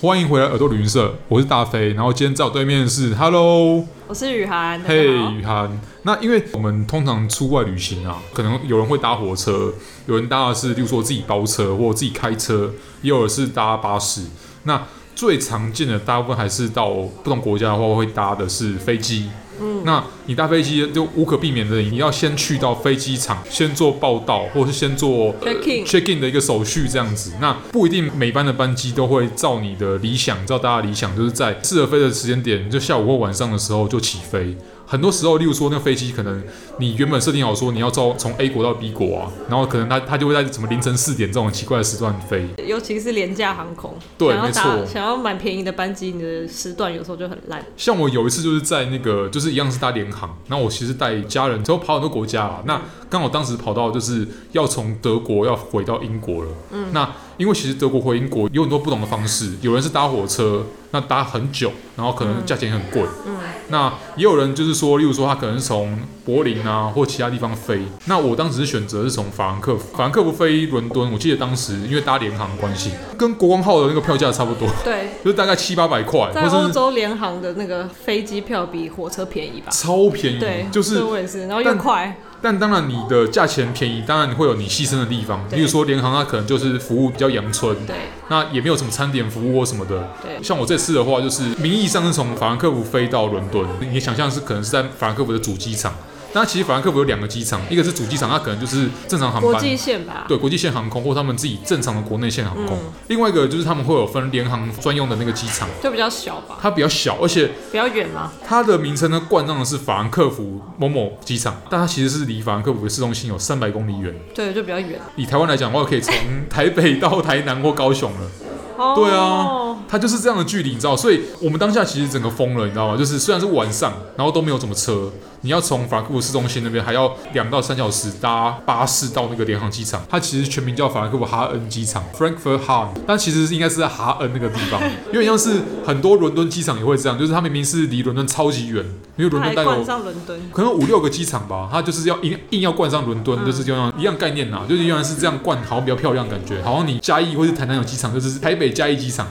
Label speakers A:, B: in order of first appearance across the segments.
A: 欢迎回来耳朵旅行社，我是大飞。然后今天在我对面是 Hello，
B: 我是雨涵，大家
A: 嘿，
B: 好
A: 雨涵。那因为我们通常出外旅行啊，可能有人会搭火车，有人搭的是，例如说自己包车或自己开车，也有的是搭巴士。那最常见的大部分还是到不同国家的话，会搭的是飞机。嗯，那你搭飞机就无可避免的，你要先去到飞机场，先做报到，或是先做呃
B: Check in
A: check in 的一个手续这样子。那不一定每班的班机都会照你的理想，照大家的理想，就是在适合飞的时间点，就下午或晚上的时候就起飞。很多时候，例如说那个飞机可能你原本设定好说你要照从 A 国到 B 国啊，然后可能它它就会在什么凌晨四点这种奇怪的时段飞。
B: 尤其是廉价航空，
A: 对
B: 想要
A: 没
B: 打
A: 错
B: 想要买便宜的班机，你的时段有时候就很烂。
A: 像我有一次就是在那个，就是一样是搭联航，那我其实带家人，之后跑很多国家啊。那刚好当时跑到就是要从德国要回到英国了，嗯，那因为其实德国回英国有很多不同的方式，有人是搭火车，那搭很久，然后可能价钱很贵，
B: 嗯，
A: 那也有人就是说，例如说他可能是从柏林啊或其他地方飞，那我当时是选择是从法兰克福，法兰克福飞伦敦，我记得当时因为搭联航的关系，跟国光号的那个票价差不多，
B: 对，啊
A: 就是大概七八百块，
B: 在
A: 或
B: 欧
A: 是。
B: 洲联航的那个飞机票比火车便宜吧？
A: 超便宜，，
B: 对
A: 嗯就是
B: 这我也是，然后
A: 但
B: 又快，
A: 但当然，你的价钱便宜，当然你会有你牺牲的地方。
B: 对
A: 例如说，联航它可能就是服务比较阳春，
B: 对
A: 那也没有什么餐点服务或什么的。
B: 对
A: 像我这次的话，就是名义上是从法兰克福飞到伦敦，你想象是可能是在法兰克福的主机场。那其实法兰克福有两个机场，一个是主机场，它可能就是正常航
B: 国
A: 班，
B: 际线吧？
A: 对国际线航空或他们自己正常的国内线航空。
B: 嗯
A: 另外一个就是他们会有分联航专用的那个机场，
B: 就比较小吧，
A: 它比较小，而且
B: 比较远嘛。
A: 它的名称呢冠上的是法兰克福某某机场，但它其实是离法兰克福的市中心有三百公里远。
B: 对，就比较远。
A: 以台湾来讲的话，可以从台北到台南或高雄了。
B: 哦，
A: 对啊，它就是这样的距离，你知道？所以我们当下其实整个疯了，你知道吗？就是虽然是晚上，然后都没有什么车，你要从法兰克福市中心那边还要两到三小时搭巴士到那个联航机场。它其实全名叫法兰克福哈恩机场 （Frankfurt Hahn），但其实是应该是在哈呃恩那个地方，有点像是很多伦敦机场也会这样，就是它明明是离伦敦超级远，因为
B: 它
A: 伦
B: 还
A: 敦带有
B: 冠上伦敦，
A: 可能五六个机场吧，它就是要硬硬要冠上伦敦，
B: 嗯
A: 就是这样一样概念啦，就是原来是这样冠，好像比较漂亮感觉，好像你嘉义或是台南有机场，就是台北嘉义机场。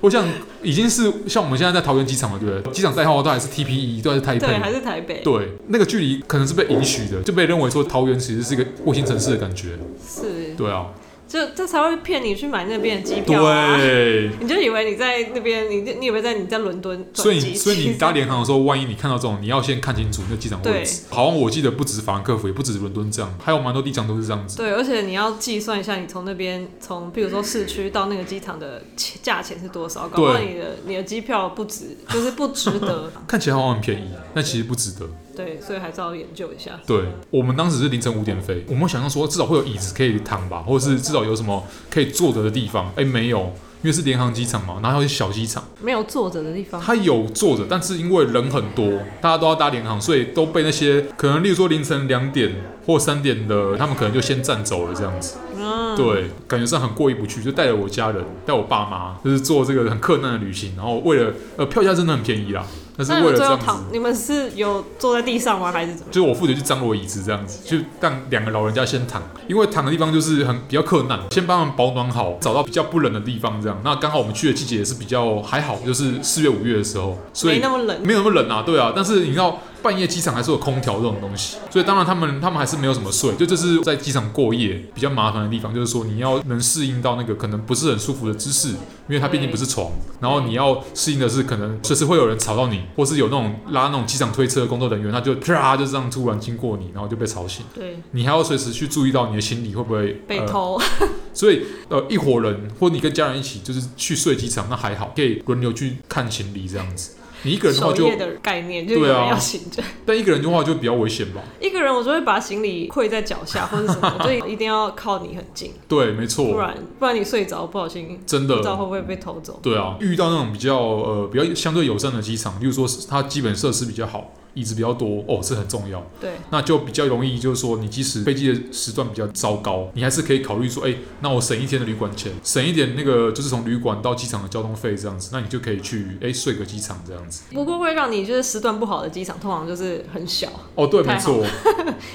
A: 我想已经是像我们现在在桃园机场了，对不对？机场代号都还是 TPE，都还是台
B: 对，还
A: 北。
B: 是台北，
A: 对，那个距离可能是被允许的，就被认为说桃园其实是一个卫星城市的感觉。
B: 是，
A: 对啊，
B: 就这才会骗你去买那边的机票啊。
A: 对，
B: 你就以为你在那边，你就你以为在你在伦敦转
A: 所以
B: 机
A: 你所以
B: 其
A: 你
B: 实
A: 搭联航的时候，万一你看到这种，你要先看清楚那机场位置。好像我记得不止法兰克福，也不止伦敦这样，还有蛮多地场都是这样子。
B: 对，而且你要计算一下，你从那边从比如说市区到那个机场的钱价钱是多少，搞不好
A: 对
B: 你的你的机票不值，就是不值 得。
A: 看起来好像很便宜，但其实不值得。
B: 对，所以还是要研究一下。
A: 对我们当时是凌晨五点飞，我们想象说至少会有椅子可以躺吧，或者是至少有什么可以坐着的地方。哎，没有，因为是联航机场嘛，然后还有小机场，
B: 没有坐着的地方，
A: 它有坐着，但是因为人很多，大家都要搭联航，所以都被那些可能例如说凌晨两点或三点的，他们可能就先占走了这样子。
B: 嗯，
A: 对，感觉上很过意不去，就带了我家人，带我爸妈，就是做这个很困难的旅行，然后为了呃票价真的很便宜啦，但是
B: 那你
A: 为
B: 们
A: 了这
B: 最后
A: 样子。
B: 躺，你们是有坐在地上吗？还是怎么样？
A: 就是我负责去张罗椅子这样子，就让两个老人家先躺，因为躺的地方就是很比较困难，先帮他们保暖好，找到比较不冷的地方这样。那刚好我们去的季节也是比较还好，就是四月五月的时候，所
B: 没
A: 以
B: 那么冷，
A: 没有那么冷啊，对啊。但是你知道半夜机场还是有空调这种东西，所以当然他们他们还是没有什么睡，就这是在机场过夜比较麻烦的地方，就是说你要能适应到那个可能不是很舒服的姿势，因为它毕竟不是床，然后你要适应的是可能随时会有人吵到你，或是有那种拉那种机场推车的工作人员，他就啪就这样突然经过你，然后就被吵醒。
B: 对，
A: 你还要随时去注意到你的行李会不会
B: 被
A: 呃
B: 偷，
A: 所以呃，一伙人或你跟家人一起，就是去睡机场，那还好，可以轮流去看行李这样子。你一个人的话
B: 守
A: 就
B: 夜，的概念，就有
A: 对啊
B: 人要醒着。
A: 但一个人的话就比较危险吧？
B: 一个人我就会把行李跪在脚下或者什么，所以一定要靠你很 近，
A: 对，没
B: 不
A: 错，
B: 然不然你睡着不小心，
A: 真
B: 不知道
A: 的。
B: 会不会被偷走。
A: 对啊，遇到那种比较呃比较相对友善的机场，例如说是它基本设施比较好，椅子比较多，哦，这很重要。
B: 对，
A: 那就比较容易，就是说你即使飞机的时段比较糟糕，你还是可以考虑说，哎、那我省一天的旅馆钱，省一点那个就是从旅馆到机场的交通费这样子，那你就可以去哎、睡个机场这样子。
B: 不过会让你就是时段不好的机场，通常就是很小
A: 哦，对，
B: 太
A: 没错，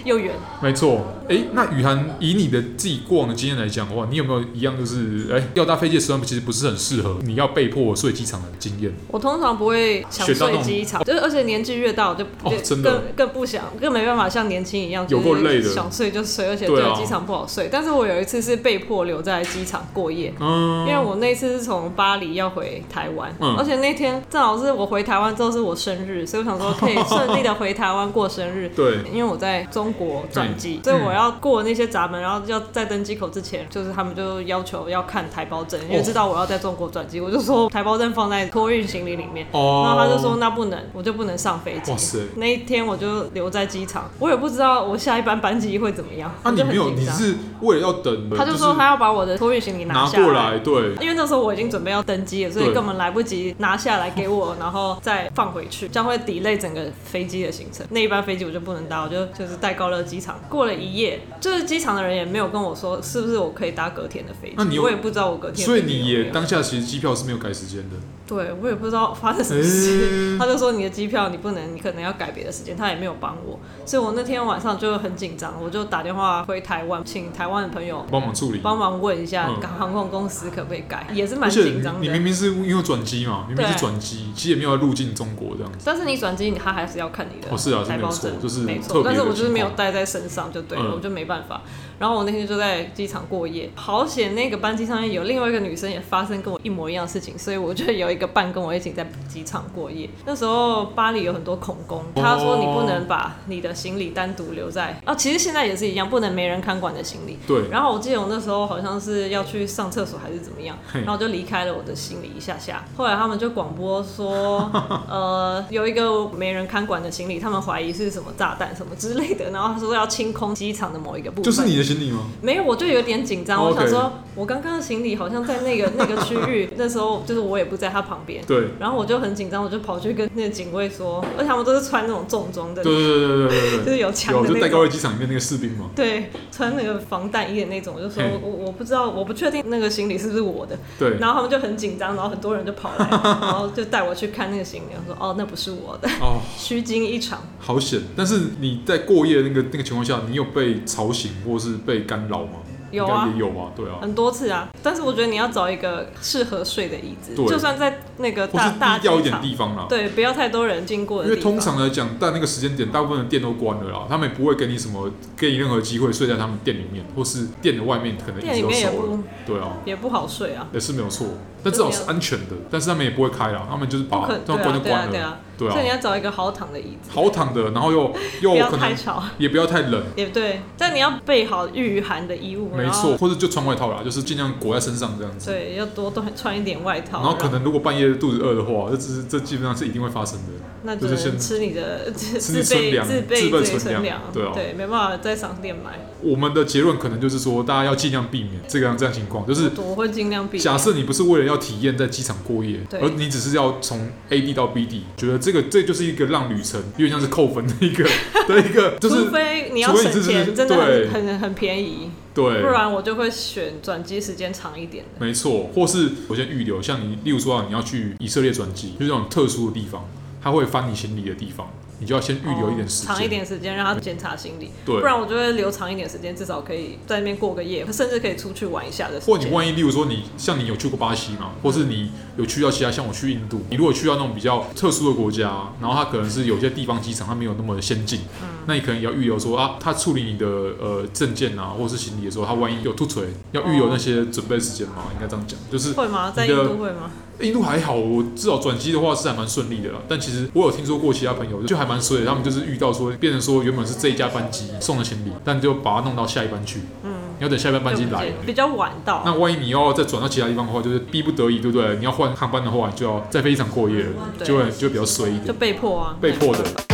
B: 又远。
A: 没错。哎、那雨涵，以你的自己过往的经验来讲的话，你有没有一样就是哎、要搭飞机的时段其实不是很适合，你要被迫睡机场的经验？
B: 我通常不会想
A: 选到那
B: 睡
A: 种
B: 机场，就是而且年纪越大，我就
A: 哦真的
B: 更更不想，更没办法像年轻一样，
A: 有够
B: 就是
A: 累的
B: 想睡就睡，而且
A: 对啊
B: 对机场不好睡。但是我有一次是被迫留在机场过夜。
A: 嗯，
B: 因为我那次是从巴黎要回台湾，
A: 嗯。
B: 而且那天正好是我回台湾之后是我生日，所以我想说可以顺利的回台湾过生日
A: 对，
B: 因为我在中国转机，
A: 嗯
B: 所以我要过那些闸门，然后要在登机口之前，就是他们就要求要看台胞
A: 哦
B: 证，因为知道我要在中国转机，我就说台胞证放在托运行李里面。
A: 哦，
B: 然后他就说那不能，我就不能上飞机
A: 哇塞。
B: 那一天我就留在机场，我也不知道我下一班班机会怎么样。
A: 啊，
B: 我
A: 你
B: 就
A: 没
B: 很
A: 有，
B: 紧
A: 你
B: 张
A: 是为了要等，
B: 他就是说他要把我的托运行李
A: 拿
B: 下
A: 过来，对，
B: 因为那时候我已经准备要登机了，所以
A: 对
B: 根本来不及拿下来给我，然后再放回去，这样会 delay 整个飞机的行程。那一班飞机我就不能搭，我就就是带高乐机场过了一夜，就是机场的人也没有跟我说是不是我可以搭隔天的飞机，
A: 那啊你有
B: 我也不知道我隔天的
A: 所
B: 飞
A: 以
B: 机
A: 你
B: 有没
A: 也
B: 有
A: 当下其实机票是没有改时间的。
B: 对我也不知道发生什么事，他就说你的机票你不能，你可能要改别的时间，他也没有帮我，所以我那天晚上就很紧张，我就打电话回台湾，请台湾的朋友。
A: 帮忙处理，
B: 帮忙问一下
A: 嗯
B: 航空公司可不可以改，也是蛮
A: 而且
B: 紧
A: 你
B: 张的。
A: 你明明是因为转机嘛，明明是
B: 对
A: 转机，其实也没有入境中国这样子。
B: 但是你转机，他还是要看你的
A: 哦是啊是
B: 台
A: 没有
B: 胞
A: 错
B: 证，
A: 就是
B: 没
A: 特别的
B: 错。但是我就
A: 情
B: 是没有
A: 况
B: 带在身上就对了，
A: 嗯
B: 我就没办法。然后我那天就在机场过夜，好险那个班机上面有另外一个女生也发生跟我一模一样的事情，所以我就有一个伴跟我一起在机场过夜。那时候巴黎有很多恐工，
A: 哦
B: 他说你不能把你的行李单独留在啊，其实现在也是一样，不能没人看管的行李。
A: 对，
B: 然后我记得我那时候好像是要去上厕所还是怎么样，
A: 嘿
B: 然后我就离开了我的行李一下下。后来他们就广 播说，呃，有一个没人看管的行李，他们怀疑是什么炸弹什么之类的，然后他说要清空机场的某一个部分。
A: 就是你的行李吗？
B: 没有，我就有点紧张，
A: 哦
B: 我
A: ，OK
B: 想说，我刚刚的行李好像在那个那个区域， 那时候就是我也不在他旁边。
A: 对，
B: 然后我就很紧张，我就跑去跟那个警卫说，而且他们都是穿那种重装的
A: 对，对对对对对
B: 就
A: 对
B: 是有枪
A: 有
B: 的
A: 就
B: 那
A: 戴
B: 种
A: 高。乐机场里面那个士兵嘛，
B: 对，穿那个防弹衣的那种，我就说
A: 嘿
B: 我我不知道，我不确定那个行李是不是我的。
A: 对，
B: 然后他们就很紧张，然后很多人就跑来，然后就带我去看那个行李，我说哦，那不是我的，
A: 哦，
B: 虚惊一场。
A: 好险！但是你在过夜那个那个情况下，你有被吵醒或是被干扰吗？
B: 有啊
A: 应该也有啊，对啊，
B: 很多次啊，但是我觉得你要找一个适合睡的椅子，
A: 对
B: 就算在那个
A: 或
B: 大
A: 是
B: 大
A: 低调一
B: 机
A: 点
B: 场，
A: 地方啦。
B: 对，不要太多人经过的
A: 因
B: 地
A: 为
B: 方。
A: 通常来讲，在那个时间点，大部分的店都关了啦，他们也不会给你什么，给你任何机会睡在他们店里面，或是店的外面可能一直
B: 店里
A: 都
B: 面也
A: 熟了
B: 不。
A: 对啊，
B: 也不好睡啊，
A: 也是没有错，但至少是安全的。但是他们也不会开啦，他们就是
B: 不
A: 把
B: 可
A: 这
B: 对
A: 样关
B: 啊
A: 就
B: 对啊
A: 关
B: 对
A: 了，
B: 啊，
A: 对
B: 所以你
A: 啊，
B: 要找一个好躺的椅子，
A: 好躺的，然后 又
B: 不
A: 又
B: 要
A: 可
B: 太
A: 能
B: 吵，
A: 也不要太冷，
B: 也对，但你要备好御寒的衣物，
A: 没
B: 然后
A: 错，或者就穿外套啦，就是尽量裹在身上这样子。
B: 对，要多多穿一点外套，
A: 然后可能如果半夜肚子饿的话，这只这基本上是一定会发生的。
B: 那只
A: 就是先
B: 能吃你的自
A: 吃你
B: 自
A: 存
B: 备
A: 粮
B: 自
A: 自
B: 备
A: 备
B: 自己
A: 存粮
B: 存粮，
A: 对啊
B: 没办法在商店买，
A: 我们的结论可能就是说，大家要尽量避免这个样这样情况，就是。
B: 我会尽量避免。
A: 假设你不是为了要体验在机场过夜，
B: 对
A: 而你只是要从 A D 到 B D，觉得这个这就是一个让旅程有点像是扣分的 一个的一个，就是
B: 除非你要
A: 除非你真
B: 省
A: 的
B: 钱，
A: 是
B: 真的
A: 对
B: 很很很便宜，不
A: 对，
B: 然我就会选转机时间长一点的。
A: 没错，或是我先预留，像你，例如说啊，你要去以色列转机，就是那种特殊的地方，它会翻你行李的地方，你就要先预留一点时间、
B: 哦长一，点时间让他检查行李，
A: 对
B: 不然我就会留长一点时间，至少可以在那边过个夜，甚至可以出去玩一下的时
A: 或你
B: 间。
A: 万一，例如说你像你有去过巴西嘛，或是你有去到其他，像我去印度，你如果去到那种比较特殊的国家，然后它可能是有些地方机场它没有那么先进，
B: 嗯
A: 那你可能也要预留说啊，它处理你的呃证件啊，或是行李的时候，它万一有突锤，要预留那些准备时间嘛，应该这样讲，就是
B: 会吗？在
A: 你
B: 印
A: 的
B: 度会吗？
A: 印度还好，我至少转机的话是还蛮顺利的啦。但其实我有听说过其他朋友就还蛮衰的，他们就是遇到说变成说原本是这一架班机送的行李，但就把它弄到下一班去，
B: 嗯，
A: 你要等下一班班机
B: 就不
A: 来
B: 见。比较晚到，
A: 那万一你要再转到其他地方的话，就是逼不得已，对不对？你要换航班的话，你就要在飞机场过夜了，
B: 对
A: 就会就会比较衰一点
B: 就。被迫啊，
A: 被迫的
B: 没办法